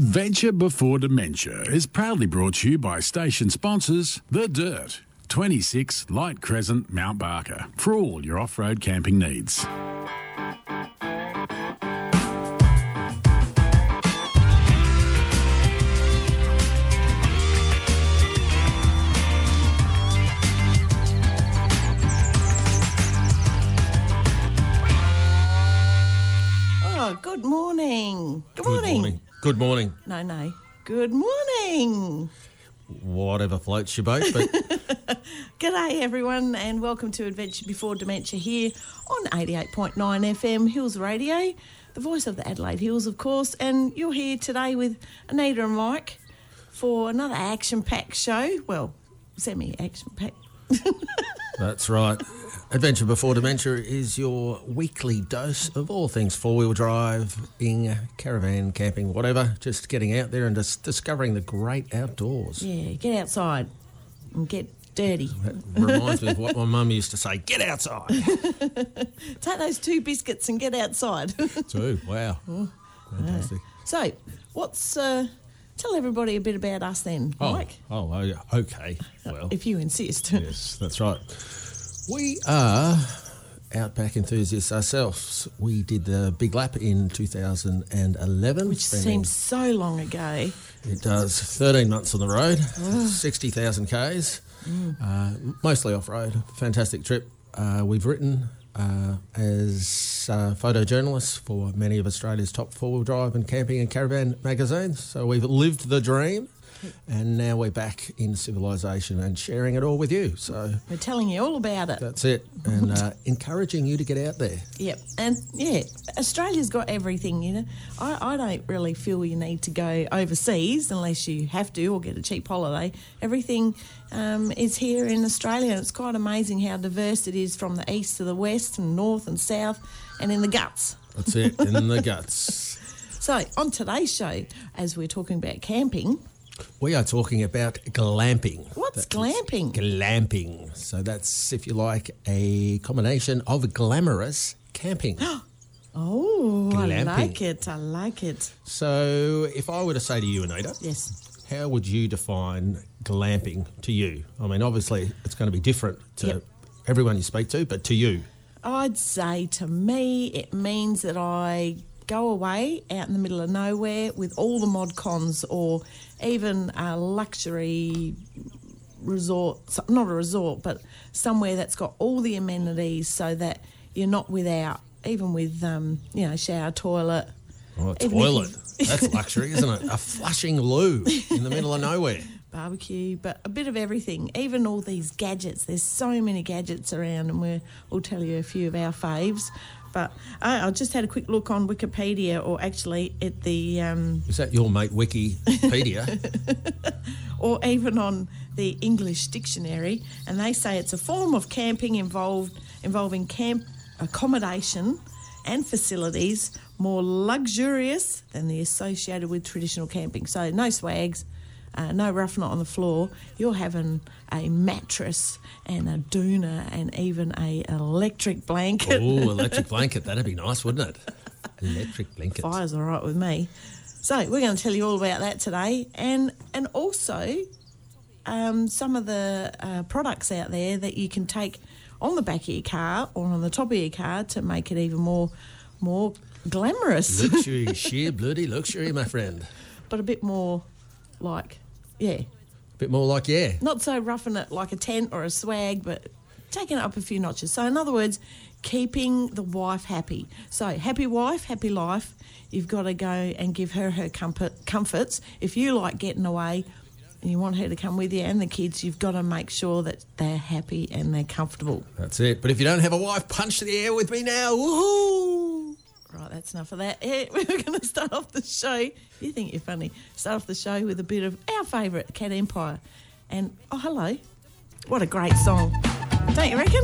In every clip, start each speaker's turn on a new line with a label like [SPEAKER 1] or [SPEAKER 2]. [SPEAKER 1] Adventure Before Dementia is proudly brought to you by station sponsors The Dirt, 26 Light Crescent, Mount Barker, for all your off road camping needs.
[SPEAKER 2] Oh, good morning. Good
[SPEAKER 3] Good
[SPEAKER 2] morning.
[SPEAKER 3] morning. Good morning.
[SPEAKER 2] No, no. Good morning.
[SPEAKER 3] Whatever floats your boat, but
[SPEAKER 2] G'day, everyone, and welcome to Adventure Before Dementia here on 88.9 FM Hills Radio, the voice of the Adelaide Hills, of course. And you're here today with Anita and Mike for another action packed show. Well, semi action packed.
[SPEAKER 3] that's right. Adventure Before Dementia is your weekly dose of all things four wheel drive, in caravan, camping, whatever. Just getting out there and just discovering the great outdoors.
[SPEAKER 2] Yeah, get outside and get dirty.
[SPEAKER 3] That reminds me of what my mum used to say get outside.
[SPEAKER 2] Take those two biscuits and get outside.
[SPEAKER 3] Too. Wow.
[SPEAKER 2] Oh,
[SPEAKER 3] Fantastic.
[SPEAKER 2] so, what's. Uh, tell everybody a bit about us then,
[SPEAKER 3] Oh,
[SPEAKER 2] Mike.
[SPEAKER 3] oh, oh, yeah. okay. Well,
[SPEAKER 2] Uh, If you insist.
[SPEAKER 3] Yes, that's right. We are outback enthusiasts ourselves. We did the big lap in 2011,
[SPEAKER 2] Which
[SPEAKER 3] spending-
[SPEAKER 2] seems so long ago.
[SPEAKER 3] it does 13 months on the road, 60,000 k's,
[SPEAKER 2] Mm.
[SPEAKER 3] uh, mostly off road. Fantastic trip. Uh, we've written uh, as uh, photojournalists for many of Australia's top four wheel drive and camping and caravan magazines. So we've lived the dream. And now we're back in civilization and sharing it all with you. So
[SPEAKER 2] We're telling you all about it.
[SPEAKER 3] that's it. And uh, encouraging you to get out there.
[SPEAKER 2] Yep. And yeah, Australia's got everything, you know. I, I don't really feel you need to go overseas unless you have to or get a cheap holiday. Everything um, is here in Australia. It's quite amazing how diverse it is from the east to the west and north and south and in the guts.
[SPEAKER 3] That's it. In the guts.
[SPEAKER 2] So, on today's show, as we're talking about camping,
[SPEAKER 3] We are talking about glamping.
[SPEAKER 2] What's
[SPEAKER 3] That is
[SPEAKER 2] glamping?
[SPEAKER 3] Glamping. So that's, if you like, a combination of glamorous camping.
[SPEAKER 2] oh,
[SPEAKER 3] Glamping.
[SPEAKER 2] I like it. I like it.
[SPEAKER 3] so if I were to say to you, Anita,
[SPEAKER 2] Yes.
[SPEAKER 3] how would you define glamping to you? I mean, obviously, it's going to be different to
[SPEAKER 2] Yep.
[SPEAKER 3] everyone you speak to, but to you.
[SPEAKER 2] I'd say to me, it means that I go away out in the middle of nowhere with all the mod cons or even a luxury resort, so- not a resort, but somewhere that's got all the amenities so that you're not without, even with, um, you know, shower, toilet.
[SPEAKER 3] Oh,
[SPEAKER 2] Even
[SPEAKER 3] a
[SPEAKER 2] if
[SPEAKER 3] toilet.
[SPEAKER 2] you've-
[SPEAKER 3] That's luxury, isn't it? A flushing loo in the middle of nowhere.
[SPEAKER 2] barbecue, but a bit of everything. Even all these gadgets. There's so many gadgets around, and we're, we'll tell you a few of our faves. But uh, I, I just had a quick look on Wikipedia, or actually at the, um,
[SPEAKER 3] Is that your mate Wikipedia?
[SPEAKER 2] or even on the English dictionary, and they say it's a form of camping involved involving camp accommodation and facilities more luxurious than the associated with traditional camping. So no swags. Uh, no rough knot on the floor. You're having a mattress and a doona and even a electric blanket.
[SPEAKER 3] oh, electric blanket. That'd be nice, wouldn't it? Electric blanket.
[SPEAKER 2] Fire's all right with me. So we're going to tell you all about that today, and and also um, some of the uh, products out there that you can take on the back of your car or on the top of your car to make it even more more glamorous,
[SPEAKER 3] Luxury, sheer bloody luxury, my friend.
[SPEAKER 2] but a bit more like yeah,
[SPEAKER 3] Bit more like, yeah.
[SPEAKER 2] not so roughing it like a tent or a swag, but taking it up a few notches. So, in other words, keeping the wife happy. So, happy wife, happy life. You've got to go and give her her comfort, comforts. If you like getting away and you want her to come with you and the kids, you've got to make sure that they're happy and they're comfortable.
[SPEAKER 3] That's it. But if you don't have a wife, punch the air with me now. Woohoo!
[SPEAKER 2] Right, that's enough of that. Eh, we're going to start off the show. You think you're funny. Start off the show with a bit of our favourite Cat Empire. And, oh, hello. What a great song. Don't you reckon?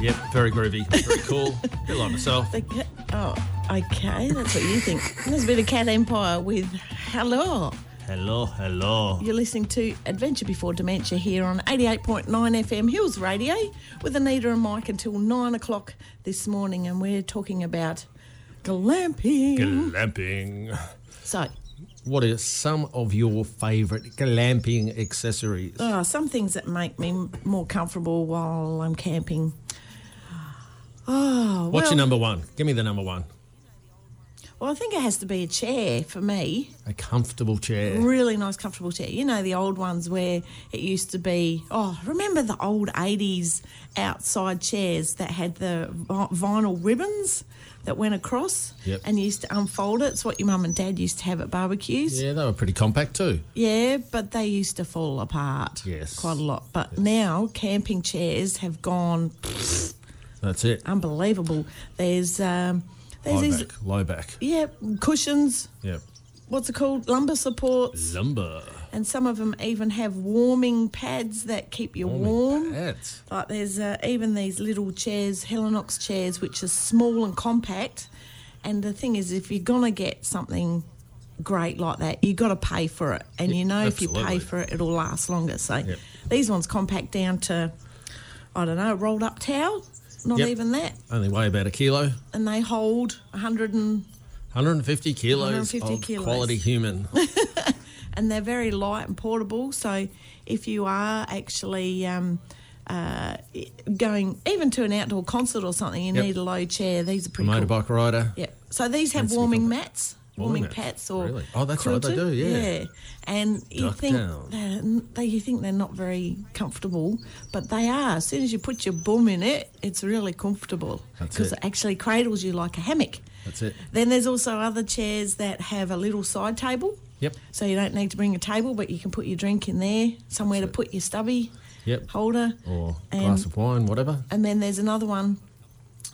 [SPEAKER 3] Yep, very groovy, very cool. Bit like myself.
[SPEAKER 2] The ca- oh, okay. That's what you think. There's a bit of Cat Empire with Hello.
[SPEAKER 3] Hello, hello.
[SPEAKER 2] You're listening to Adventure Before Dementia here on 88.9 FM Hills Radio with Anita and Mike until nine o'clock this morning, and we're talking about glamping.
[SPEAKER 3] Glamping.
[SPEAKER 2] so,
[SPEAKER 3] what are some of your favourite glamping accessories?
[SPEAKER 2] Oh, some things that make me m- more comfortable while I'm camping. Oh,
[SPEAKER 3] What's
[SPEAKER 2] well,
[SPEAKER 3] your number one? Give me the number one.
[SPEAKER 2] well, I think it has to be a chair for me.
[SPEAKER 3] A comfortable chair.
[SPEAKER 2] Really nice, comfortable chair. You know, the old ones where it used to be. Oh, remember the old 80s outside chairs that had the vi- vinyl ribbons that went across
[SPEAKER 3] Yep.
[SPEAKER 2] and you used to unfold it? It's what your mum and dad used to have at barbecues.
[SPEAKER 3] Yeah, they were pretty compact too.
[SPEAKER 2] Yeah, but they used to fall apart.
[SPEAKER 3] Yes.
[SPEAKER 2] Quite a lot. But now camping chairs have gone
[SPEAKER 3] That's it.
[SPEAKER 2] Uh, unbelievable. There's um there's
[SPEAKER 3] Low
[SPEAKER 2] these
[SPEAKER 3] back. Low back.
[SPEAKER 2] yeah, cushions,
[SPEAKER 3] Yep.
[SPEAKER 2] what's it called? Lumbar supports
[SPEAKER 3] Lumber.
[SPEAKER 2] and some of them even have warming pads that keep you warm.
[SPEAKER 3] That's
[SPEAKER 2] Like there's uh, even these little chairs, Helenox chairs, which are small and compact. And the thing is, if you're gonna get something great like that, you got to pay for it. And you know, if you
[SPEAKER 3] absolutely.
[SPEAKER 2] pay for it, it'll last longer. So
[SPEAKER 3] Yep.
[SPEAKER 2] these ones compact down to, I don't know, rolled up towel. Not
[SPEAKER 3] Yep.
[SPEAKER 2] even that,
[SPEAKER 3] only weigh about a kilo.
[SPEAKER 2] and they hold 100 and
[SPEAKER 3] 150 kilos
[SPEAKER 2] 150
[SPEAKER 3] of
[SPEAKER 2] kilos.
[SPEAKER 3] quality human.
[SPEAKER 2] and they're very light and portable. So if you are actually um, uh, i- going even to an outdoor concert or something, you
[SPEAKER 3] Yep.
[SPEAKER 2] need a low chair. These are pretty cool.
[SPEAKER 3] Motorbike rider.
[SPEAKER 2] Yeah. So these have
[SPEAKER 3] Needs to be
[SPEAKER 2] warming
[SPEAKER 3] compact.
[SPEAKER 2] mats,
[SPEAKER 3] Warming
[SPEAKER 2] warming
[SPEAKER 3] mats,
[SPEAKER 2] pads, or
[SPEAKER 3] really? Oh, that's right, they
[SPEAKER 2] quilted.
[SPEAKER 3] do, yeah.
[SPEAKER 2] And you
[SPEAKER 3] Duck
[SPEAKER 2] think
[SPEAKER 3] down.
[SPEAKER 2] they're- they you think they're not very comfortable, but they are. As soon as you put your bum in it, it's really comfortable
[SPEAKER 3] That's
[SPEAKER 2] because
[SPEAKER 3] it.
[SPEAKER 2] it actually cradles you like a hammock.
[SPEAKER 3] That's it.
[SPEAKER 2] Then there's also other chairs that have a little side table.
[SPEAKER 3] Yep.
[SPEAKER 2] So you don't need to bring a table, but you can put your drink in there, somewhere to put your stubby
[SPEAKER 3] Yep.
[SPEAKER 2] holder
[SPEAKER 3] Or
[SPEAKER 2] And-
[SPEAKER 3] glass of wine, whatever.
[SPEAKER 2] and then there's another one.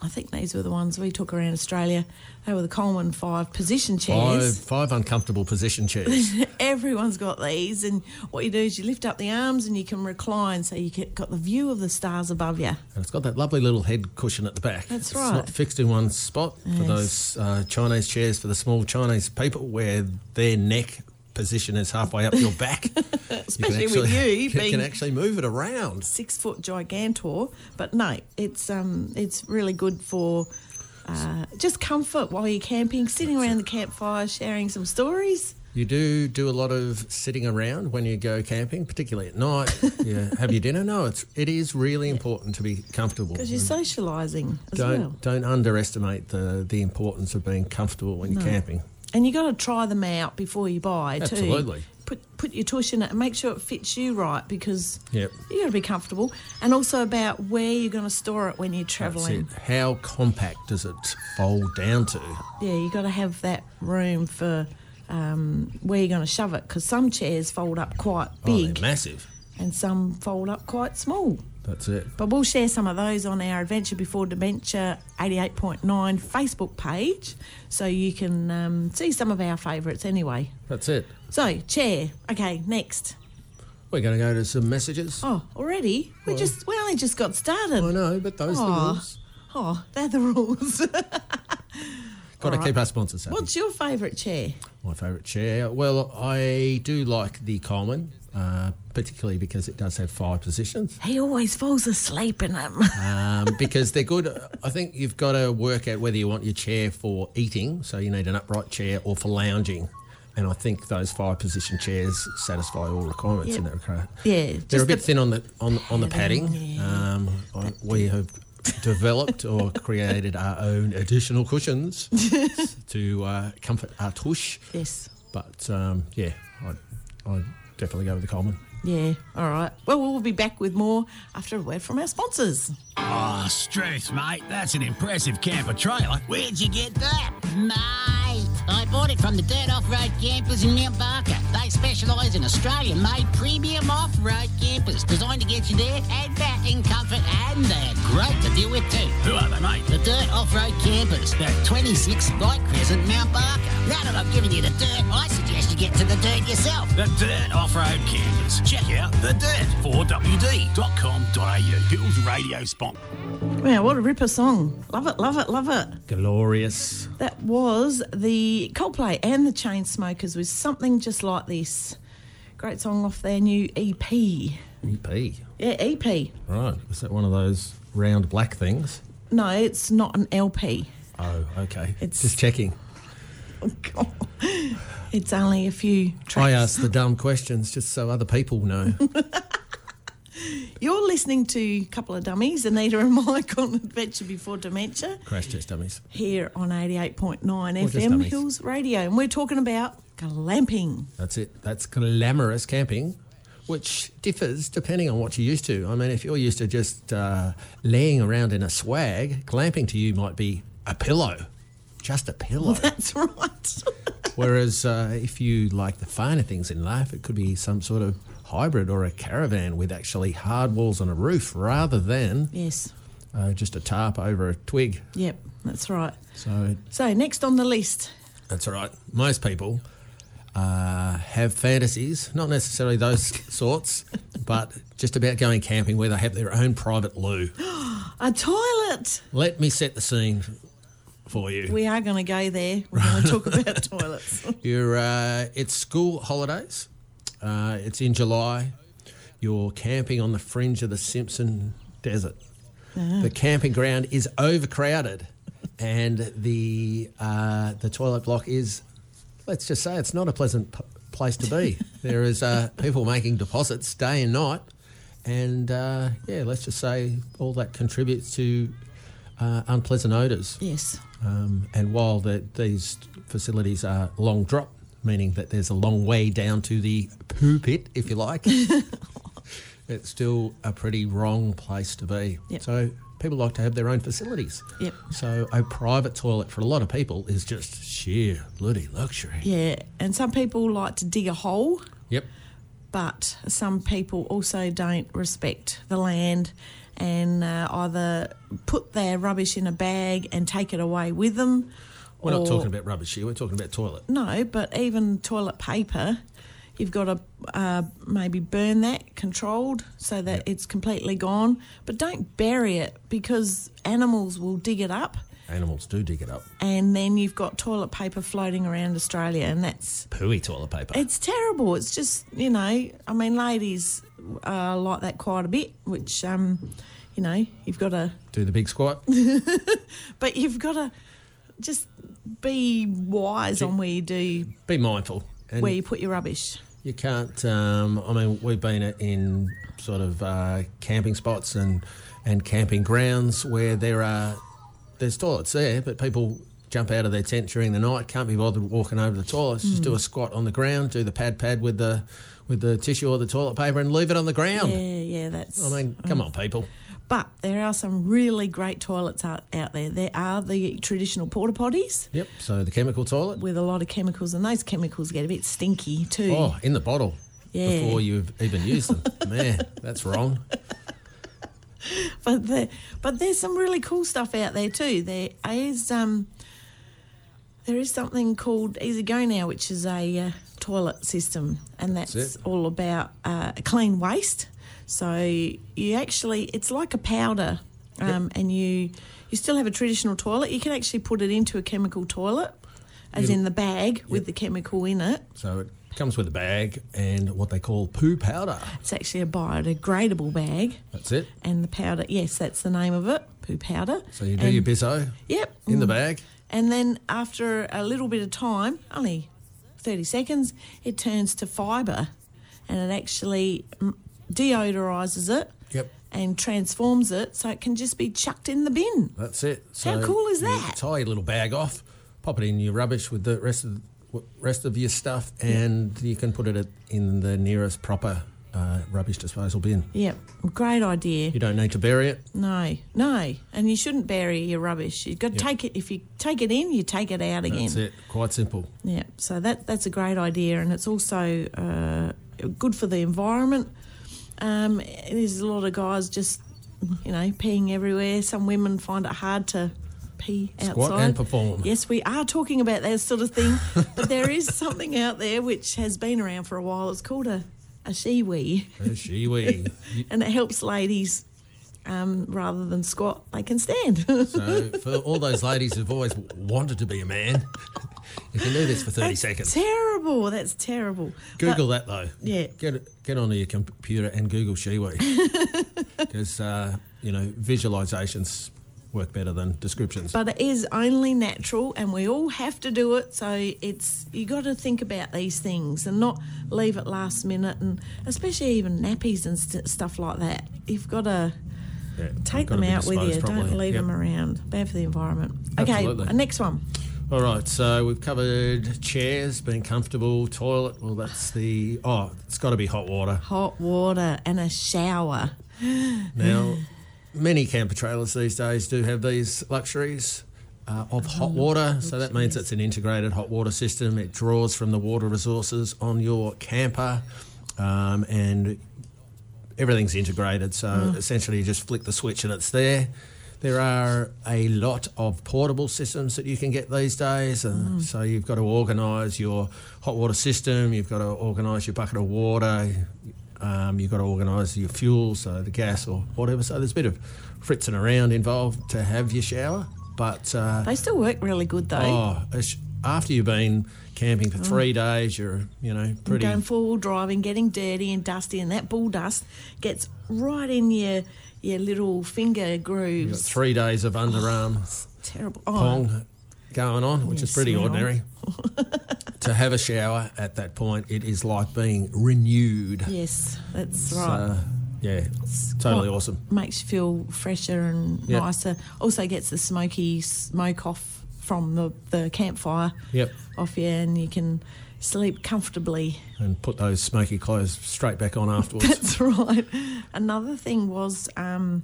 [SPEAKER 2] I think these were the ones we took around Australia. They were the Coleman five position
[SPEAKER 3] Five,
[SPEAKER 2] chairs.
[SPEAKER 3] five uncomfortable position chairs.
[SPEAKER 2] Everyone's got these, and what you do is you lift up the arms and you can recline, so you get, got the view of the stars above you.
[SPEAKER 3] and it's got that lovely little head cushion at the back.
[SPEAKER 2] That's
[SPEAKER 3] it's
[SPEAKER 2] right.
[SPEAKER 3] not fixed in one spot for those uh, Chinese chairs for the small Chinese people where their neck position is halfway up your back.
[SPEAKER 2] Especially with you
[SPEAKER 3] You
[SPEAKER 2] being-
[SPEAKER 3] can actually move it around.
[SPEAKER 2] Six foot gigantor, but no, it's um, it's really good for. Uh, just comfort while you're camping, sitting around the campfire, sharing some stories.
[SPEAKER 3] You do do a lot of sitting around when you go camping, particularly at night. yeah, have your dinner. No, it's it is really important to be comfortable.
[SPEAKER 2] Because you're socialising as
[SPEAKER 3] Mm. Don't
[SPEAKER 2] well.
[SPEAKER 3] don't underestimate the the importance of being comfortable when you're camping.
[SPEAKER 2] And you got to try them out before you buy too.
[SPEAKER 3] Absolutely.
[SPEAKER 2] Put put your tush in it and make sure it fits you right because
[SPEAKER 3] Yep.
[SPEAKER 2] you got to be comfortable. And also about where you're going to store it when you're
[SPEAKER 3] That's
[SPEAKER 2] travelling.
[SPEAKER 3] it. How compact does it fold down to? Oh,
[SPEAKER 2] Yeah, you got to have that room for um, where you're going to shove it because some chairs fold up quite
[SPEAKER 3] Oh, they're
[SPEAKER 2] big
[SPEAKER 3] massive.
[SPEAKER 2] and some fold up quite small.
[SPEAKER 3] That's it.
[SPEAKER 2] But we'll share some of those on our Adventure Before Dementia 88.9 Facebook page so you can um, see some of our favourites anyway.
[SPEAKER 3] That's it.
[SPEAKER 2] So, chair. Okay, next.
[SPEAKER 3] We're going to go to some messages.
[SPEAKER 2] Oh, already? We just we only just got started.
[SPEAKER 3] I know, but those are the
[SPEAKER 2] Aw.
[SPEAKER 3] rules.
[SPEAKER 2] Oh, they're the rules.
[SPEAKER 3] Got to
[SPEAKER 2] All right.
[SPEAKER 3] keep our sponsors happy.
[SPEAKER 2] What's your favourite chair?
[SPEAKER 3] My favourite chair. Well, I do like the Coleman, uh, particularly because it does have five positions.
[SPEAKER 2] He always falls asleep in them.
[SPEAKER 3] um, because they're good. I think you've got to work out whether you want your chair for eating, so you need an upright chair, or for lounging. And I think those five position chairs satisfy all requirements in
[SPEAKER 2] Yep.
[SPEAKER 3] that regard.
[SPEAKER 2] Yeah,
[SPEAKER 3] they're a
[SPEAKER 2] just
[SPEAKER 3] bit
[SPEAKER 2] the-
[SPEAKER 3] thin on the on on the
[SPEAKER 2] Padding,
[SPEAKER 3] padding. Um, I- we have developed or created our own additional cushions to uh, comfort our tush.
[SPEAKER 2] yes.
[SPEAKER 3] But um, yeah, I I definitely go with the common.
[SPEAKER 2] Yeah, all right. Well, we'll be back with more after a word from our sponsors.
[SPEAKER 4] Oh, Struth, mate, that's an impressive camper trailer. Where'd you get that?
[SPEAKER 5] Mate, I bought it from the Dirt Off-Road Campers in Mount Barker. They specialise in Australian-made premium off-road campers designed to get you there and back in comfort and they're great to deal with too.
[SPEAKER 4] Who are they, mate?
[SPEAKER 5] The Dirt Off-Road Campers, they're at 26 Light Crescent, Mount Barker. Now that I've given you the dirt, I suggest you get to the dirt yourself.
[SPEAKER 4] The Dirt Off-Road Campers. Check out the dirt 4wd.com.au. Hills Radio Spot.
[SPEAKER 2] Wow, what a ripper song. Love it, love it, love it.
[SPEAKER 3] Glorious.
[SPEAKER 2] That was the Coldplay and the Chainsmokers with something just like this. Great song off their new E EP. Yeah,
[SPEAKER 3] EP.
[SPEAKER 2] EP.
[SPEAKER 3] E Right. Is that one of those round black things?
[SPEAKER 2] No, it's not an LP.
[SPEAKER 3] Oh, okay.
[SPEAKER 2] It's-
[SPEAKER 3] just checking.
[SPEAKER 2] Oh, God. It's only a few
[SPEAKER 3] I
[SPEAKER 2] tracks.
[SPEAKER 3] ask the dumb questions just so other people know.
[SPEAKER 2] You're listening to a couple of dummies, Anita and Mike on Adventure Before Dementia,
[SPEAKER 3] Crash test dummies.
[SPEAKER 2] here on 88.9
[SPEAKER 3] just
[SPEAKER 2] FM
[SPEAKER 3] dummies.
[SPEAKER 2] Hills Radio. And we're talking about glamping.
[SPEAKER 3] That's it. That's glamorous camping, which differs depending on what you're used to. I mean, if you're used to just uh, laying around in a swag, glamping to you might be a pillow, just a pillow.
[SPEAKER 2] That's right.
[SPEAKER 3] Whereas uh, if you like the finer things in life, it could be some sort of hybrid or a caravan with actually hard walls and a roof rather than
[SPEAKER 2] yes.
[SPEAKER 3] uh, just a tarp over a twig.
[SPEAKER 2] Yep. That's right.
[SPEAKER 3] So
[SPEAKER 2] So, next on the list.
[SPEAKER 3] That's all right. Most people uh, have fantasies, not necessarily those sorts, but just about going camping where they have their own private loo.
[SPEAKER 2] A toilet.
[SPEAKER 3] Let me set the scene for you.
[SPEAKER 2] We are going to go there. We're going to talk about toilets.
[SPEAKER 3] You're, uh, it's school holidays. Uh, it's in July. You're camping on the fringe of the Simpson Desert. The camping ground is overcrowded, and the uh, the toilet block is, let's just say, it's not a pleasant p- place to be. there is uh, people making deposits day and night, and uh, yeah, let's just say all that contributes to uh, unpleasant odours.
[SPEAKER 2] Yes.
[SPEAKER 3] Um, and while the, these facilities are long drop, meaning that there's a long way down to the poo pit, if you like, it's still a pretty wrong place to be.
[SPEAKER 2] Yep.
[SPEAKER 3] So people like to have their own facilities.
[SPEAKER 2] Yep.
[SPEAKER 3] So a private toilet for a lot of people is just sheer bloody luxury.
[SPEAKER 2] Yeah. And some people like to dig a hole,
[SPEAKER 3] Yep.
[SPEAKER 2] but some people also don't respect the land and uh, either put their rubbish in a bag and take it away with them.
[SPEAKER 3] We're
[SPEAKER 2] or-
[SPEAKER 3] not talking about rubbish here. We're talking about toilet.
[SPEAKER 2] No, but even toilet paper, you've got to uh, maybe burn that controlled so that it's completely gone. But don't bury it because animals will dig it up,
[SPEAKER 3] Animals do dig it up.
[SPEAKER 2] and then you've got toilet paper floating around Australia, and that's
[SPEAKER 3] Pooey toilet paper.
[SPEAKER 2] it's terrible. It's just you know, I mean, ladies uh, like that quite a bit, which um, you know, you've got to,
[SPEAKER 3] do the big squat.
[SPEAKER 2] but you've got to just be wise on where you do
[SPEAKER 3] Be mindful. And
[SPEAKER 2] where you put your rubbish.
[SPEAKER 3] You can't. Um, I mean, we've been in sort of uh, camping spots and and camping grounds where there are there's toilets there, but people jump out of their tent during the night, can't be bothered walking over the toilets. Just do a squat on the ground, do the pad pad with the with the tissue or the toilet paper, and leave it on the ground.
[SPEAKER 2] Yeah, yeah, that's.
[SPEAKER 3] I mean, come on, people.
[SPEAKER 2] But there are some really great toilets out, out there. There are the traditional porta potties
[SPEAKER 3] Yep. So the chemical toilet.
[SPEAKER 2] with a lot of chemicals, and those chemicals get a bit stinky too.
[SPEAKER 3] Oh, in the bottle.
[SPEAKER 2] Yeah.
[SPEAKER 3] Before you've even used them. Man, that's wrong.
[SPEAKER 2] But there, but there's some really cool stuff out there too. There is um, there is something called Easy Go Now, which is a uh, toilet system, and that's,
[SPEAKER 3] it.
[SPEAKER 2] all about uh, clean waste. So you actually, it's like a powder, um, and you you still have a traditional toilet. You can actually put it into a chemical toilet, as in the bag with the chemical in it.
[SPEAKER 3] So it comes with a bag and what they call poo powder.
[SPEAKER 2] It's actually a biodegradable bag,
[SPEAKER 3] That's it.
[SPEAKER 2] and the powder. Yes, that's the name of it, poo powder.
[SPEAKER 3] So you do
[SPEAKER 2] And- Mm.
[SPEAKER 3] your bizzo
[SPEAKER 2] Yep.
[SPEAKER 3] in the bag.
[SPEAKER 2] And then after a little bit of time, only 30 seconds, it turns to fibre and it actually mm, deodorises it
[SPEAKER 3] Yep.
[SPEAKER 2] and transforms it so it can just be chucked in the bin.
[SPEAKER 3] That's it.
[SPEAKER 2] How cool is
[SPEAKER 3] you
[SPEAKER 2] that?
[SPEAKER 3] Tie your little bag off, pop it in your rubbish with the rest of w- rest of your stuff, and you can put it at- in the nearest proper uh, rubbish disposal bin.
[SPEAKER 2] Yep, great idea.
[SPEAKER 3] You don't need to bury it.
[SPEAKER 2] No, no, and you shouldn't bury your rubbish. You've got to take it. If you take it in, you take it out again.
[SPEAKER 3] That's it. Quite simple.
[SPEAKER 2] Yeah, so that that's a great idea, and it's also uh, good for the environment. Um, there's a lot of guys just, you know, peeing everywhere. Some women find it hard to pee
[SPEAKER 3] Squat
[SPEAKER 2] outside.
[SPEAKER 3] and perform.
[SPEAKER 2] Yes, we are talking about that sort of thing, but there is something out there which has been around for a while. It's called a a shiwi,
[SPEAKER 3] A shiwi. You-
[SPEAKER 2] and it helps ladies. Um, rather than squat, they can stand.
[SPEAKER 3] so for all those ladies who've always w- wanted to be a man, you can do this for thirty seconds.
[SPEAKER 2] terrible. That's terrible.
[SPEAKER 3] Google that though.
[SPEAKER 2] Yeah.
[SPEAKER 3] Get get onto your computer and Google shiwi because uh, you know visualizations work better than descriptions.
[SPEAKER 2] but it is only natural and we all have to do it so it's you got to think about these things and not leave it last minute and especially even nappies and st- stuff like that you've got to
[SPEAKER 3] Yeah,
[SPEAKER 2] take
[SPEAKER 3] gotta
[SPEAKER 2] them
[SPEAKER 3] be
[SPEAKER 2] out with
[SPEAKER 3] disposed
[SPEAKER 2] you
[SPEAKER 3] properly.
[SPEAKER 2] don't leave
[SPEAKER 3] Yep.
[SPEAKER 2] them around bad for the environment
[SPEAKER 3] Absolutely.
[SPEAKER 2] okay uh, next one
[SPEAKER 3] All right, so we've covered chairs, being comfortable, toilet. Well, that's the oh, it's got to be hot water.
[SPEAKER 2] hot water and a shower
[SPEAKER 3] Now, many camper trailers these days do have these luxuries uh, of hot
[SPEAKER 2] Mm,
[SPEAKER 3] water. So that means it's an integrated hot water system. It draws from the water resources on your camper, um, and everything's integrated. So essentially, you just flick the switch and it's there. There are a lot of portable systems that you can get these days. Uh, So you've got to organise your hot water system, you've got to organise your bucket of water, um, you've got to organise your fuel, so the gas or whatever. So there's a bit of fritzing around involved to have your shower. But uh,
[SPEAKER 2] they still work really good though
[SPEAKER 3] oh, it's- after you've been camping for three days, you're you know pretty
[SPEAKER 2] Going four wheel driving, getting dirty and dusty, and that bull dust gets right in your your little finger
[SPEAKER 3] you've got
[SPEAKER 2] grooves.
[SPEAKER 3] three days of underarm
[SPEAKER 2] Terrible. Oh,
[SPEAKER 3] pong going on, which is
[SPEAKER 2] Yes,
[SPEAKER 3] pretty
[SPEAKER 2] hang on.
[SPEAKER 3] ordinary. to have a shower at that point, it is like being renewed.
[SPEAKER 2] Yes, that's
[SPEAKER 3] So,
[SPEAKER 2] right.
[SPEAKER 3] yeah, totally
[SPEAKER 2] Well,
[SPEAKER 3] awesome.
[SPEAKER 2] Makes you feel fresher and
[SPEAKER 3] Yep.
[SPEAKER 2] nicer. Also gets the smoky smoke off from the, the campfire
[SPEAKER 3] Yep.
[SPEAKER 2] off you, and you can sleep comfortably.
[SPEAKER 3] And put those smoky clothes straight back on afterwards.
[SPEAKER 2] That's right. Another thing was um,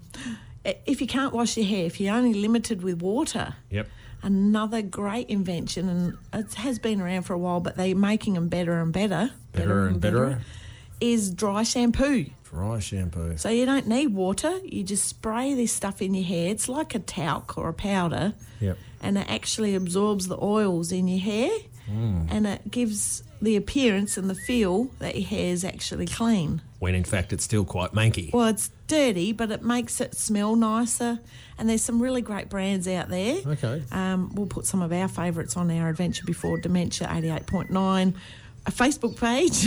[SPEAKER 2] i- if you can't wash your hair, if you're only limited with water.
[SPEAKER 3] yep.
[SPEAKER 2] Another great invention, and it has been around for a while, but they're making them better and better.
[SPEAKER 3] Better and better.
[SPEAKER 2] Is dry shampoo.
[SPEAKER 3] Dry shampoo.
[SPEAKER 2] So you don't need water. You just spray this stuff in your hair. It's like a talc or a powder.
[SPEAKER 3] Yep.
[SPEAKER 2] And it actually absorbs the oils in your hair
[SPEAKER 3] Mm.
[SPEAKER 2] and it gives the appearance and the feel that your hair is actually clean.
[SPEAKER 3] When in fact, it's still quite manky.
[SPEAKER 2] Well, it's dirty, but it makes it smell nicer. And there's some really great brands out there.
[SPEAKER 3] Okay.
[SPEAKER 2] Um, we'll put some of our favourites on our Adventure Before Dementia 88.9, a Facebook page.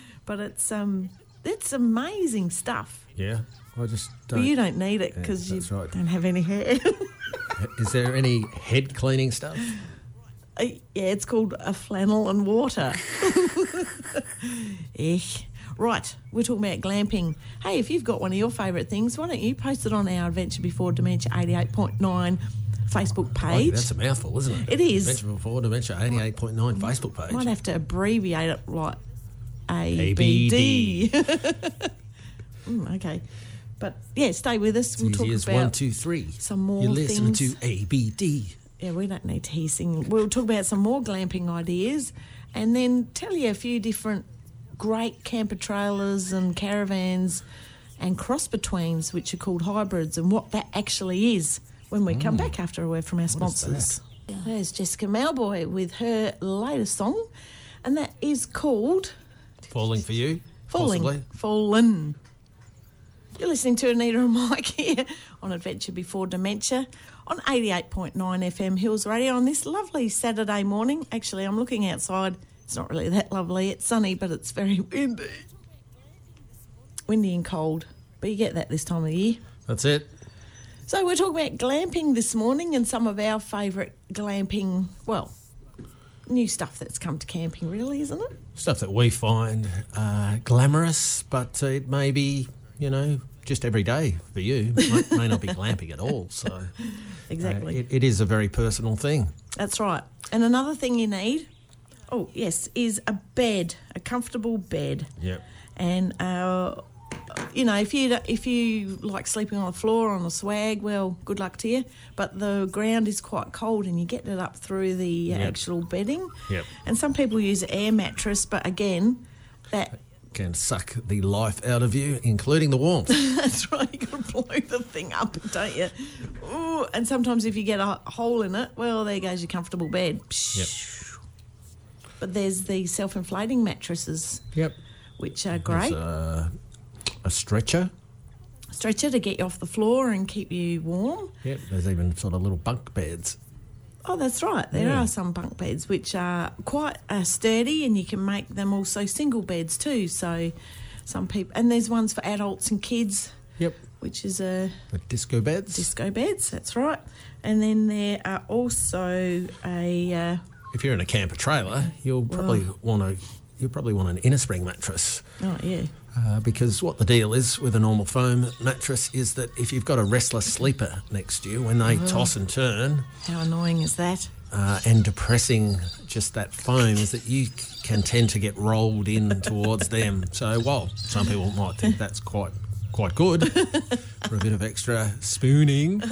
[SPEAKER 2] but it's um, it's amazing stuff.
[SPEAKER 3] Yeah. I just
[SPEAKER 2] But
[SPEAKER 3] don't.
[SPEAKER 2] you don't need it because
[SPEAKER 3] that's
[SPEAKER 2] you
[SPEAKER 3] right.
[SPEAKER 2] don't have any hair.
[SPEAKER 3] Is there any head cleaning stuff?
[SPEAKER 2] Uh, yeah, it's called a flannel and water. Ech. Right, we're talking about glamping. Hey, if you've got one of your favourite things, why don't you post it on our Adventure Before Dementia 88.9 Facebook
[SPEAKER 3] Crikey,
[SPEAKER 2] page?
[SPEAKER 3] Oh, that's a mouthful, isn't
[SPEAKER 2] It
[SPEAKER 3] it?
[SPEAKER 2] is.
[SPEAKER 3] Adventure Before Dementia 88.9 Facebook page.
[SPEAKER 2] Might have to abbreviate it like
[SPEAKER 3] ABD.
[SPEAKER 2] ABD. Mm, okay. But yeah, stay with us. we'll
[SPEAKER 3] Easy
[SPEAKER 2] talk
[SPEAKER 3] as
[SPEAKER 2] about
[SPEAKER 3] one, two, three.
[SPEAKER 2] some more
[SPEAKER 3] You're listening
[SPEAKER 2] things.
[SPEAKER 3] to ABD.
[SPEAKER 2] Yeah, we don't need teasing. We'll talk about some more glamping ideas and then tell you a few different great camper trailers and caravans and cross betweens, which are called hybrids, and what that actually is when we come back after a word from our sponsors. There's Jessica Malboy with her latest song, and that is called
[SPEAKER 3] Falling for you?
[SPEAKER 2] Falling.
[SPEAKER 3] Possibly.
[SPEAKER 2] Fallen. You're listening to Anita and Mike here on Adventure Before Dementia on 88.9 FM Hills Radio on this lovely Saturday morning. Actually, I'm looking outside. It's not really that lovely. It's sunny, but it's very windy. Windy and cold. But you get that this time of year.
[SPEAKER 3] That's it.
[SPEAKER 2] So we're talking about glamping this morning and some of our favourite glamping, well, new stuff that's come to camping, really, isn't it?
[SPEAKER 3] Stuff that we find uh, glamorous, but uh, it may be, you know, just every day for you. It may, may not be glamping at all. So uh,
[SPEAKER 2] Exactly.
[SPEAKER 3] it, it is a very personal thing.
[SPEAKER 2] That's right. And another thing you need, oh yes, is a bed, a comfortable bed.
[SPEAKER 3] Yep.
[SPEAKER 2] And uh, you know, if you if you like sleeping on the floor or on the swag, well, good luck to you. But the ground is quite cold, and you get it up through the actual bedding.
[SPEAKER 3] Yep.
[SPEAKER 2] And some people use air mattress, but again, that
[SPEAKER 3] Can suck the life out of you, including the warmth.
[SPEAKER 2] That's right. You got to blow the thing up, don't you? Ooh, and sometimes if you get a hole in it, well, there goes your comfortable bed. But there's the self-inflating mattresses,
[SPEAKER 3] yep.
[SPEAKER 2] which are great.
[SPEAKER 3] Uh, a stretcher.
[SPEAKER 2] Stretcher to get you off the floor and keep you warm.
[SPEAKER 3] Yep. There's even sort of little bunk beds.
[SPEAKER 2] Oh, that's right. There
[SPEAKER 3] Yeah.
[SPEAKER 2] are some bunk beds which are quite uh, sturdy, and you can make them also single beds too. So, some people and there's ones for adults and kids.
[SPEAKER 3] Yep.
[SPEAKER 2] which is a
[SPEAKER 3] The disco beds.
[SPEAKER 2] disco beds. That's right. And then there are also a uh,
[SPEAKER 3] if you're in a camper trailer, you'll probably want to you'll probably want an inner spring mattress.
[SPEAKER 2] oh yeah,
[SPEAKER 3] Uh, because what the deal is with a normal foam mattress is that if you've got a restless sleeper next to you, when they toss and turn,
[SPEAKER 2] how annoying is that?
[SPEAKER 3] uh, and depressing just that foam is that you c- can tend to get rolled in towards them. So while some people might think that's quite quite good for a bit of extra spooning,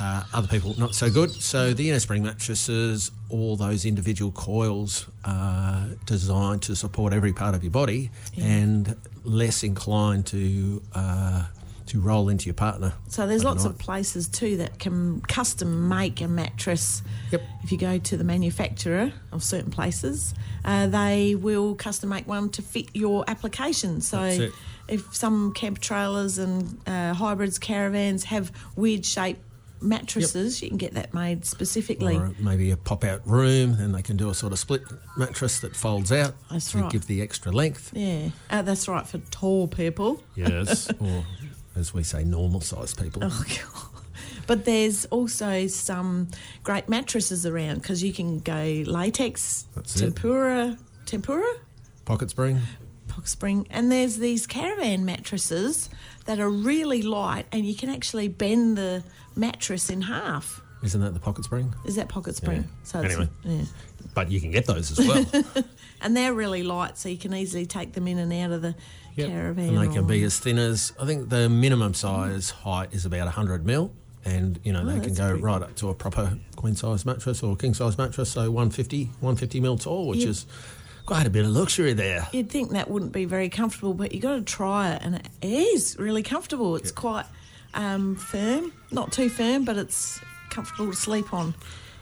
[SPEAKER 3] uh, other people not so good. So the inner spring mattresses, all those individual coils are designed to support every part of your body and less inclined to. Uh, to roll into your partner.
[SPEAKER 2] So there's lots
[SPEAKER 3] overnight.
[SPEAKER 2] of places too that can custom make a mattress.
[SPEAKER 3] Yep.
[SPEAKER 2] If you go to the manufacturer of certain places, uh, they will custom make one to fit your application.
[SPEAKER 3] That's
[SPEAKER 2] So
[SPEAKER 3] it.
[SPEAKER 2] if some camper trailers and uh, hybrids, caravans have weird shaped mattresses, you can get that made specifically.
[SPEAKER 3] Or maybe a pop out room, then they can do a sort of split mattress that folds out
[SPEAKER 2] That's
[SPEAKER 3] to
[SPEAKER 2] right.
[SPEAKER 3] give the extra length.
[SPEAKER 2] Yeah, uh, that's right for tall people.
[SPEAKER 1] Yes.
[SPEAKER 3] Or, as we say, normal sized people.
[SPEAKER 2] Oh, God. But there's also some great mattresses around because you can go latex,
[SPEAKER 3] That's it.
[SPEAKER 2] tempura, tempura,
[SPEAKER 3] Pocket spring.
[SPEAKER 2] pock spring, and there's these caravan mattresses that are really light and you can actually bend the mattress in half.
[SPEAKER 3] Isn't that the pocket spring?
[SPEAKER 2] Is that pocket spring?
[SPEAKER 3] Yeah.
[SPEAKER 2] So it's,
[SPEAKER 3] Anyway.
[SPEAKER 2] yeah.
[SPEAKER 3] But you can get those as well.
[SPEAKER 2] And they're really light, so you can easily take them in and out of the caravan.
[SPEAKER 3] and they can
[SPEAKER 2] or-
[SPEAKER 3] be as thin as, I think the minimum size height is about 100 mil. And, you know, they can
[SPEAKER 2] Oh, that's
[SPEAKER 3] go
[SPEAKER 2] pretty
[SPEAKER 3] right up to a proper queen size mattress or king size mattress, so 150, 150 mil tall, which
[SPEAKER 2] Yeah.
[SPEAKER 3] is quite a bit of luxury there.
[SPEAKER 2] You'd think that wouldn't be very comfortable, but you got to try it, and it is really comfortable. It's quite um, firm, not too firm, but it's comfortable to sleep on.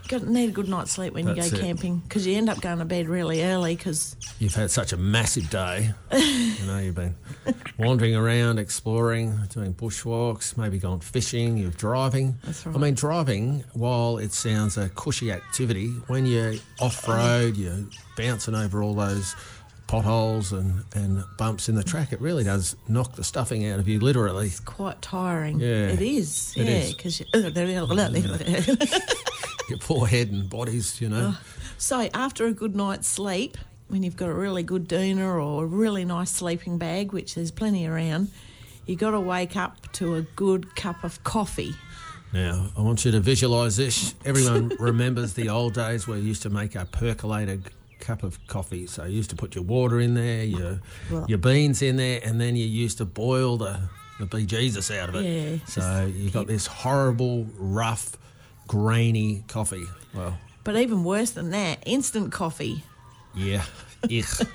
[SPEAKER 2] You got to need a good night's sleep when
[SPEAKER 3] That's
[SPEAKER 2] you
[SPEAKER 3] it.
[SPEAKER 2] go camping because you end up going to bed really early because
[SPEAKER 3] You've had such a massive day. you know, you've been wandering around, exploring, doing bushwalks, maybe gone fishing, you're driving.
[SPEAKER 2] That's right.
[SPEAKER 3] I mean, driving, while it sounds a cushy activity, when you're off road, you're bouncing over all those potholes and, and bumps in the track, it really does knock the stuffing out of you, literally.
[SPEAKER 2] quite tiring.
[SPEAKER 3] Yeah,
[SPEAKER 2] it is.
[SPEAKER 3] it
[SPEAKER 2] yeah,
[SPEAKER 3] is.
[SPEAKER 2] because
[SPEAKER 3] Your forehead and bodies, you know.
[SPEAKER 2] so after a good night's sleep, when you've got a really good doona or a really nice sleeping bag, which there's plenty around, you got to wake up to a good cup of coffee.
[SPEAKER 3] Now, I want you to visualise this. Everyone remembers the old days where you used to make a percolated cup of coffee. So you used to put your water in there, your
[SPEAKER 2] Right.
[SPEAKER 3] your beans in there, and then you used to boil the the bejesus out of it.
[SPEAKER 2] Yeah,
[SPEAKER 3] so you got this horrible, rough, grainy coffee. Well,
[SPEAKER 2] But even worse than that, instant coffee.
[SPEAKER 3] yeah, Ugh.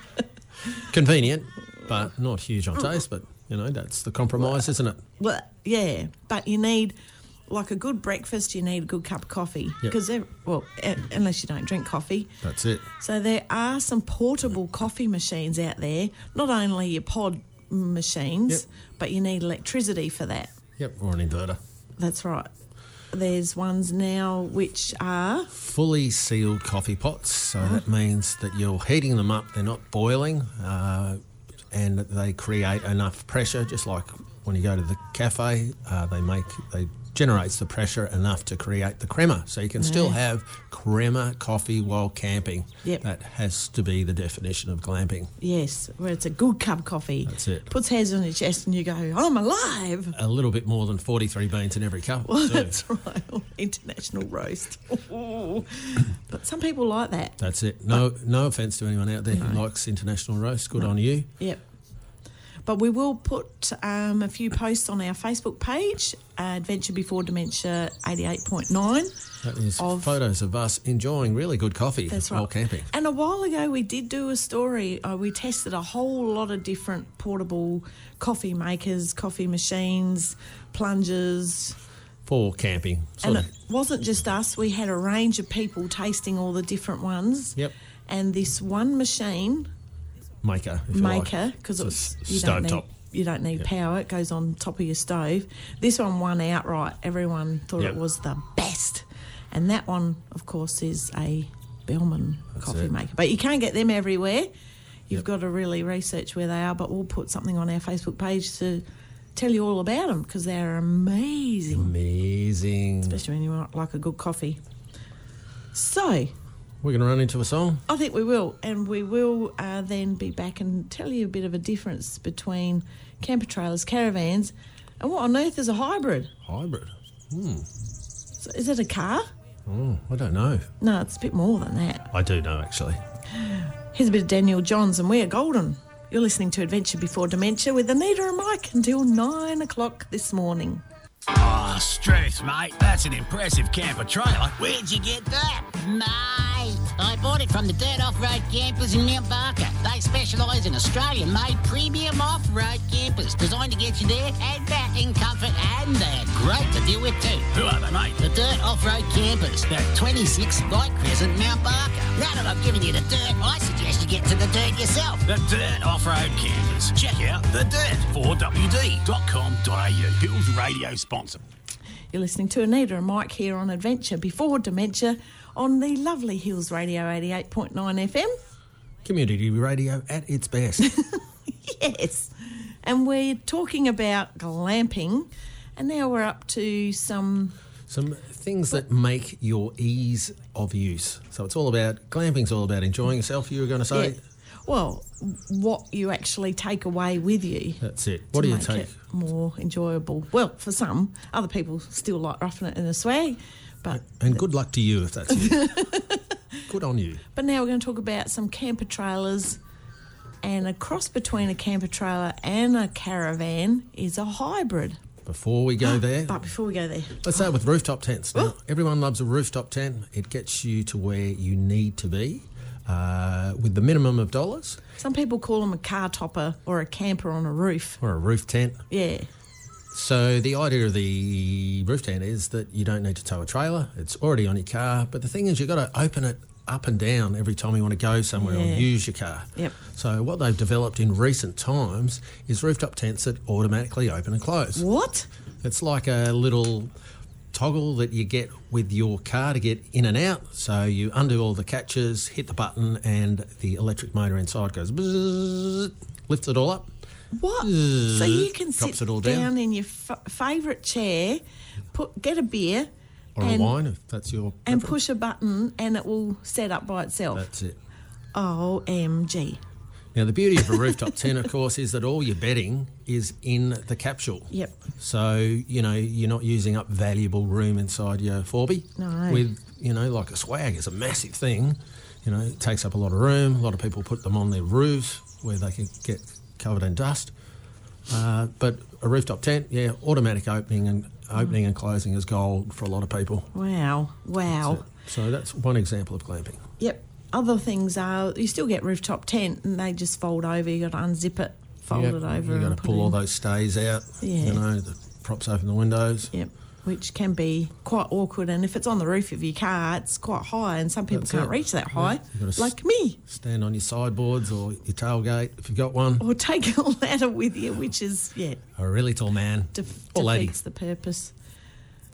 [SPEAKER 3] convenient, but not huge on taste. But you know that's the compromise, isn't it?
[SPEAKER 2] Well, yeah, but you need like a good breakfast. You need a good cup of coffee
[SPEAKER 3] Yep.
[SPEAKER 2] because well, uh, unless you don't drink coffee.
[SPEAKER 3] That's it.
[SPEAKER 2] So there are some portable coffee machines out there. Not only your pod machines,
[SPEAKER 3] Yep.
[SPEAKER 2] but you need electricity for that.
[SPEAKER 3] Yep, or an inverter.
[SPEAKER 2] That's right. There's ones now which are
[SPEAKER 3] fully sealed coffee pots. So that means that you're heating them up, they're not boiling, uh, and they create enough pressure. Just like when you go to the cafe, uh, they make they generates the pressure enough to create the crema. So you can still have crema coffee while camping.
[SPEAKER 2] Yep.
[SPEAKER 3] That has to be the definition of glamping.
[SPEAKER 2] yes, where it's a good cup of coffee.
[SPEAKER 3] That's it.
[SPEAKER 2] Puts hands on your chest and you go, I'm alive.
[SPEAKER 3] A little bit more than 43 beans in every cup.
[SPEAKER 2] Well,
[SPEAKER 3] too.
[SPEAKER 2] Oh, that's right. International roast. Ooh. but some people like that.
[SPEAKER 3] That's it. No, no offence to anyone out there who likes international roast. Good on you.
[SPEAKER 2] Yep. But we will put um, a few posts on our Facebook page, uh, Adventure Before Dementia 88.9.
[SPEAKER 3] That is
[SPEAKER 2] Of-
[SPEAKER 3] photos of us enjoying really good coffee
[SPEAKER 2] That's right.
[SPEAKER 3] while Oh, camping.
[SPEAKER 2] And a while ago, we did do a story. Uh, we tested a whole lot of different portable coffee makers, coffee machines, plungers.
[SPEAKER 3] for camping.
[SPEAKER 2] And
[SPEAKER 3] Sort
[SPEAKER 2] it
[SPEAKER 3] of.
[SPEAKER 2] wasn't just us, we had a range of people tasting all the different ones.
[SPEAKER 3] Yep.
[SPEAKER 2] And this one machine
[SPEAKER 3] maker, if you like.
[SPEAKER 2] maker because
[SPEAKER 3] It's
[SPEAKER 2] it's,
[SPEAKER 3] a
[SPEAKER 2] you don't
[SPEAKER 3] stove
[SPEAKER 2] need
[SPEAKER 3] top.
[SPEAKER 2] you don't need power. It goes on top of your stove. This one won outright. Everyone thought
[SPEAKER 3] Yep.
[SPEAKER 2] it was the best, and that one, of course, is a Bellman coffee
[SPEAKER 3] it.
[SPEAKER 2] maker. But you can't get them everywhere. You've got to really research where they are. But we'll put something on our Facebook page to tell you all about them because they're amazing,
[SPEAKER 3] Amazing.
[SPEAKER 2] especially when you like a good coffee. So,
[SPEAKER 3] We're going to run into a song.
[SPEAKER 2] I think we will, and we will uh, then be back and tell you a bit of a difference between camper trailers, caravans, and what on earth is a hybrid?
[SPEAKER 3] Hybrid.
[SPEAKER 2] So is it a car?
[SPEAKER 3] Oh, I don't know.
[SPEAKER 2] No, it's a bit more than that.
[SPEAKER 3] I do know, actually.
[SPEAKER 2] Here's a bit of Daniel Johns, and we're golden. You're listening to Adventure Before Dementia with Anita and Mike until nine o'clock this morning.
[SPEAKER 4] Oh, Struth, mate, that's an impressive camper trailer. Where'd you get that?
[SPEAKER 5] Mate, I bought it from the Dirt Off-Road Campers in Mount Barker. They specialise in Australian-made premium off-road campers designed to get you there and back in comfort and they're great to deal with too.
[SPEAKER 4] Who are they, mate?
[SPEAKER 5] The Dirt Off-Road Campers, they're at 26 Light Crescent, Mount Barker. Now that I've given you the dirt, I suggest you get to the dirt yourself.
[SPEAKER 4] The Dirt Off-Road Campers. Check out the dirt 4wd.com.au. Hills Radio sponsor.
[SPEAKER 2] You're listening to Anita and Mike here on Adventure Before Dementia on the lovely Hills Radio 88.9 FM.
[SPEAKER 3] Community radio at its best.
[SPEAKER 2] Yes. And we're talking about glamping. And now we're up to some.
[SPEAKER 3] Some things that make your ease of use. So it's all about, glamping's all about enjoying yourself, you were going to say.
[SPEAKER 2] yeah, well, what you actually take away with you.
[SPEAKER 3] That's it.
[SPEAKER 2] to
[SPEAKER 3] What do you
[SPEAKER 2] make
[SPEAKER 3] take?
[SPEAKER 2] It more enjoyable. Well, for some, other people still like roughing it in a swag. But,
[SPEAKER 3] And good luck to you if that's you. good on you.
[SPEAKER 2] but now we're going to talk about some camper trailers. And a cross between a camper trailer and a caravan is a hybrid.
[SPEAKER 3] Before we go there,
[SPEAKER 2] But before we go there,
[SPEAKER 3] Let's start with rooftop tents. Now,
[SPEAKER 2] Oh.
[SPEAKER 3] everyone loves a rooftop tent. It gets you to where you need to be uh, with the minimum of dollars
[SPEAKER 2] some people call them a car topper or a camper on a roof.
[SPEAKER 3] or a roof tent.
[SPEAKER 2] Yeah.
[SPEAKER 3] So the idea of the roof tent is that you don't need to tow a trailer. It's already on your car. But the thing is, you've got to open it up and down every time you want to go somewhere
[SPEAKER 2] Yeah.
[SPEAKER 3] or use your car.
[SPEAKER 2] Yep.
[SPEAKER 3] So what they've developed in recent times is rooftop tents that automatically open and close.
[SPEAKER 2] What?
[SPEAKER 3] It's like a little toggle that you get with your car to get in and out. So you undo all the catches, hit the button, and the electric motor inside goes bzzz, lifts it all up.
[SPEAKER 2] What? So you can
[SPEAKER 3] Drops
[SPEAKER 2] sit
[SPEAKER 3] it all
[SPEAKER 2] down.
[SPEAKER 3] down.
[SPEAKER 2] in your f- favourite chair, put get a beer,
[SPEAKER 3] Or
[SPEAKER 2] and,
[SPEAKER 3] a wine, if that's your.
[SPEAKER 2] and
[SPEAKER 3] preference.
[SPEAKER 2] push a button, and it will set up by itself.
[SPEAKER 3] That's it.
[SPEAKER 2] Omg!
[SPEAKER 3] Now, the beauty of a rooftop tent, of course, is that all your bedding is in the capsule.
[SPEAKER 2] Yep.
[SPEAKER 3] So, you know, you're not using up valuable room inside your Forby.
[SPEAKER 2] No.
[SPEAKER 3] With, you know, like a swag is a massive thing. You know, it takes up a lot of room. A lot of people put them on their roofs where they can get covered in dust. Uh, but a rooftop tent, yeah, automatic opening and opening and closing is gold for a lot of people.
[SPEAKER 2] Wow! Wow!
[SPEAKER 3] So that's one example of glamping.
[SPEAKER 2] Yep. Other things are you still get rooftop tent, and they just fold over. You got to unzip it, fold
[SPEAKER 3] Yep.
[SPEAKER 2] it over.
[SPEAKER 3] You got
[SPEAKER 2] and
[SPEAKER 3] to
[SPEAKER 2] put
[SPEAKER 3] pull
[SPEAKER 2] it
[SPEAKER 3] all
[SPEAKER 2] in.
[SPEAKER 3] those stays out.
[SPEAKER 2] Yeah.
[SPEAKER 3] You know, the props open the windows.
[SPEAKER 2] Yep. Which can be quite awkward, and if it's on the roof of your car, it's quite high, and some people
[SPEAKER 3] That's
[SPEAKER 2] can't
[SPEAKER 3] it.
[SPEAKER 2] reach that
[SPEAKER 3] Yeah.
[SPEAKER 2] high,
[SPEAKER 3] You gotta s-
[SPEAKER 2] like me.
[SPEAKER 3] Stand on your sideboards or your tailgate if you've got one.
[SPEAKER 2] Or take a ladder with you, which is yeah,
[SPEAKER 3] A really tall man
[SPEAKER 2] def-
[SPEAKER 3] or lady.
[SPEAKER 2] defeats the purpose.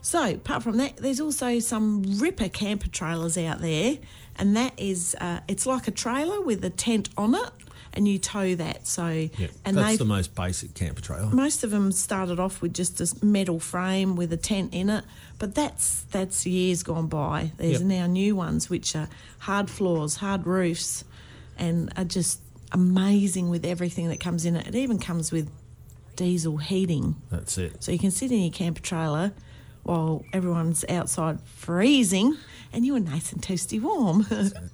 [SPEAKER 2] So, apart from that, there's also some ripper camper trailers out there, and that is uh, it's like a trailer with a tent on it, and you tow that. So,
[SPEAKER 3] Yeah,
[SPEAKER 2] and
[SPEAKER 3] that's
[SPEAKER 2] they've-
[SPEAKER 3] the most basic camper trailer.
[SPEAKER 2] most of them started off with just this metal frame with a tent in it, but that's that's years gone by. There's
[SPEAKER 3] Yep.
[SPEAKER 2] now new ones which are hard floors, hard roofs, and are just amazing with everything that comes in it. It even comes with diesel heating,
[SPEAKER 3] That's it.
[SPEAKER 2] so you can sit in your camper trailer while everyone's outside freezing, and you are nice and toasty warm.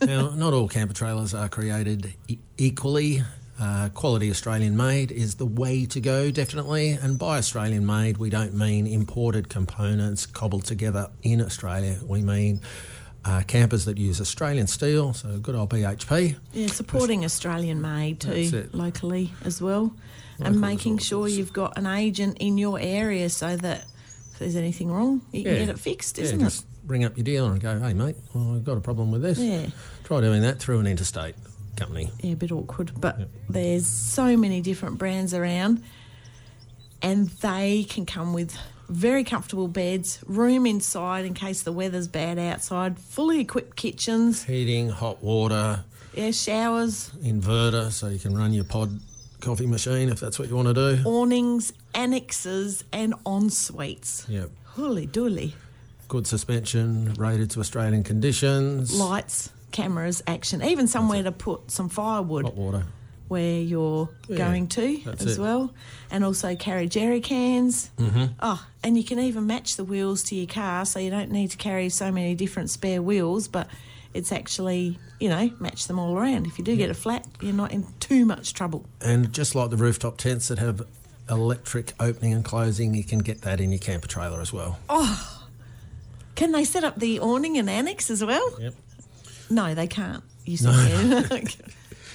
[SPEAKER 3] now, not all camper trailers are created e- equally. Uh, quality Australian made is the way to go, definitely. And by Australian made, we don't mean imported components cobbled together in Australia. We mean uh, campers that use Australian steel, so good old BHP.
[SPEAKER 2] Yeah, supporting Australian made
[SPEAKER 3] That's
[SPEAKER 2] too
[SPEAKER 3] it.
[SPEAKER 2] locally as well, and making sure you've got an agent in your area so that if there's anything wrong, you can get it fixed,
[SPEAKER 3] Yeah,
[SPEAKER 2] isn't
[SPEAKER 3] just Ring up your dealer and go, hey, mate, well, I've got a problem with this.
[SPEAKER 2] Yeah.
[SPEAKER 3] Try doing that through an interstate company.
[SPEAKER 2] it? Yeah, a bit awkward, but there's so many different brands around, and they can come with very comfortable beds, room inside in case the weather's bad outside, fully equipped kitchens,
[SPEAKER 3] Heating, hot water,
[SPEAKER 2] yeah, showers.
[SPEAKER 3] inverter so you can run your pod coffee machine if that's what you want to do.
[SPEAKER 2] Awnings, annexes, and en suites.
[SPEAKER 3] Yep.
[SPEAKER 2] Holy dooly.
[SPEAKER 3] Good suspension, rated to Australian conditions.
[SPEAKER 2] Lights, cameras, action. Even somewhere to put some firewood
[SPEAKER 3] Hot water.
[SPEAKER 2] where you're
[SPEAKER 3] Oh. Yeah,
[SPEAKER 2] going to
[SPEAKER 3] that's
[SPEAKER 2] as
[SPEAKER 3] it.
[SPEAKER 2] well. And also carry jerry cans. Mm-hmm. Oh, and you can even match the wheels to your car so you don't need to carry so many different spare wheels, but it's actually, you know, match them all around. If you do get a flat, you're not in too much trouble.
[SPEAKER 3] And just like the rooftop tents that have electric opening and closing, you can get that in your camper trailer as well.
[SPEAKER 2] Oh. Can they set up the awning and annex as well?
[SPEAKER 3] Yep.
[SPEAKER 2] No, they can't. You said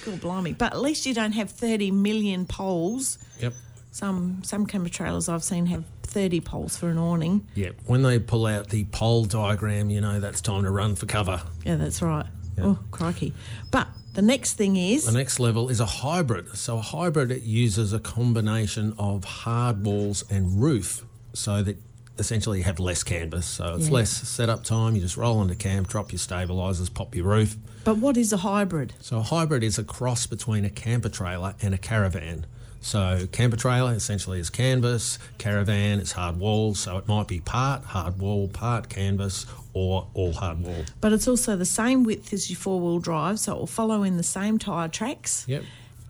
[SPEAKER 2] God blimey. But at least you don't have 30 million poles.
[SPEAKER 3] Yep.
[SPEAKER 2] Some some camper trailers I've seen have 30 poles for an awning.
[SPEAKER 3] Yep. When they pull out the pole diagram, you know that's time to run for cover.
[SPEAKER 2] Yeah, that's right. Oh, crikey. But the next thing
[SPEAKER 3] The
[SPEAKER 2] is
[SPEAKER 3] next level is a hybrid. So a hybrid it uses a combination of hard walls and roof, so that essentially you have less canvas. So it's
[SPEAKER 2] Yeah.
[SPEAKER 3] less setup time. You just roll into camp, drop your stabilisers, pop your roof.
[SPEAKER 2] but what is a hybrid?
[SPEAKER 3] So a hybrid is a cross between a camper trailer and a caravan. So camper trailer essentially is canvas, caravan is hard wall. So it might be part hard wall, part canvas, or all hard wall.
[SPEAKER 2] But it's also the same width as your four-wheel drive, so it will follow in the same tire tracks.
[SPEAKER 3] Yep.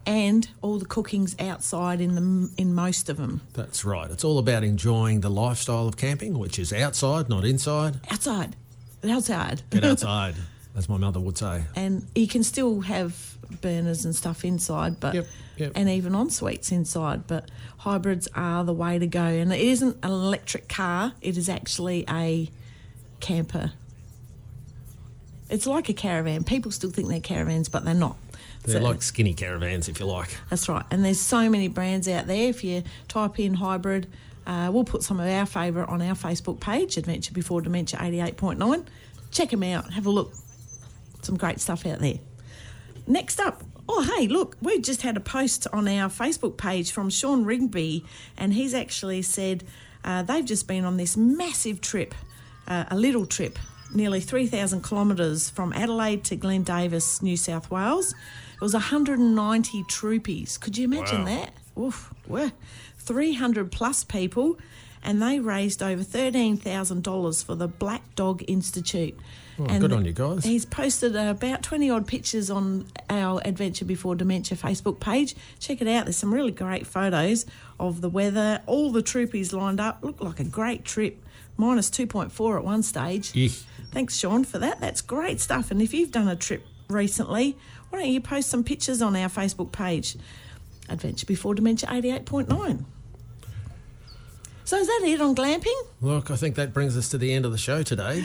[SPEAKER 2] And all the cooking's outside in the in most of them.
[SPEAKER 3] That's right. It's all about enjoying the lifestyle of camping, which is outside, not inside.
[SPEAKER 2] Outside. Outside.
[SPEAKER 3] Get outside, as my mother would say.
[SPEAKER 2] and you can still have burners and stuff inside, but
[SPEAKER 3] Yep, yep.
[SPEAKER 2] and even en suites inside. But hybrids are the way to go, and it isn't an electric car; it is actually a camper. It's like a caravan. People still think they're caravans, but they're not.
[SPEAKER 3] They're
[SPEAKER 2] So-
[SPEAKER 3] like skinny caravans, if you like.
[SPEAKER 2] that's right. And there's so many brands out there. If you type in hybrid, uh, we'll put some of our favourite on our Facebook page, Adventure Before Dementia 88.9. Check them out. Have a look. Some great stuff out there. Next up, oh, hey, look, we just had a post on our Facebook page from Sean Rigby, and he's actually said uh, they've just been on this massive trip, uh, a little trip, nearly 3,000 kilometres from Adelaide to Glen Davis, New South Wales. It was 190 troopies. Could you imagine that? Oof, wah. 300 plus people, and they raised over $13,000 for the Black Dog Institute. and
[SPEAKER 3] good on you guys.
[SPEAKER 2] He's posted uh, about 20 odd pictures on our Adventure Before Dementia Facebook page. Check it out. There's some really great photos of the weather, all the troopies lined up. Looked like a great trip. Minus 2.4 at one stage.
[SPEAKER 3] Yeah.
[SPEAKER 2] Thanks, Sean, for that. That's great stuff. And if you've done a trip recently, why don't you post some pictures on our Facebook page? Adventure Before Dementia 88.9. So is that it on glamping?
[SPEAKER 3] Look, I think that brings us to the end of the show today.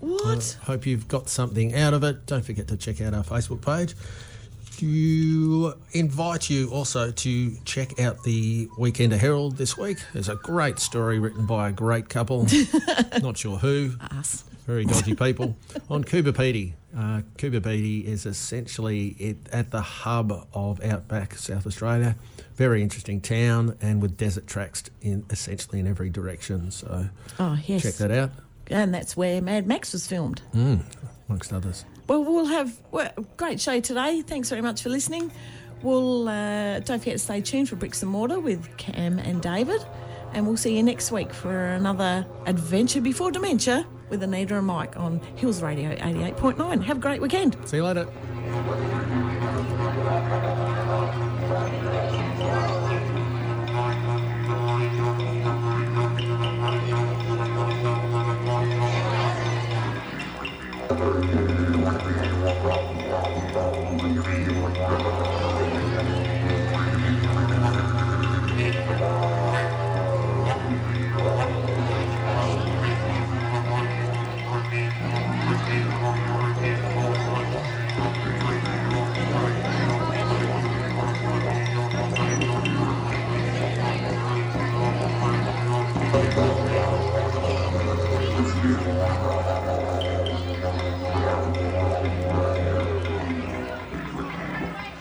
[SPEAKER 2] What?
[SPEAKER 3] Hope you've got something out of it. Don't forget to check out our Facebook page. You invite you also to check out the Weekender Herald this week. There's a great story written by a great couple, not sure who,
[SPEAKER 2] Us.
[SPEAKER 3] very dodgy people, on Cuba Pedy. Uh, Cuba Pedy is essentially it, at the hub of outback South Australia. Very interesting town, and with desert tracks in essentially in every direction. So
[SPEAKER 2] Oh, yes.
[SPEAKER 3] check that out,
[SPEAKER 2] And that's where Mad Max was filmed.
[SPEAKER 3] amongst others.
[SPEAKER 2] Well, we'll have well, a great show today. Thanks very much for listening. We'll uh, don't forget to stay tuned for Bricks and Mortar with Cam and David, and we'll see you next week for another adventure before dementia with Anita and Mike on Hills Radio 88.9. Have a great weekend.
[SPEAKER 3] See you later.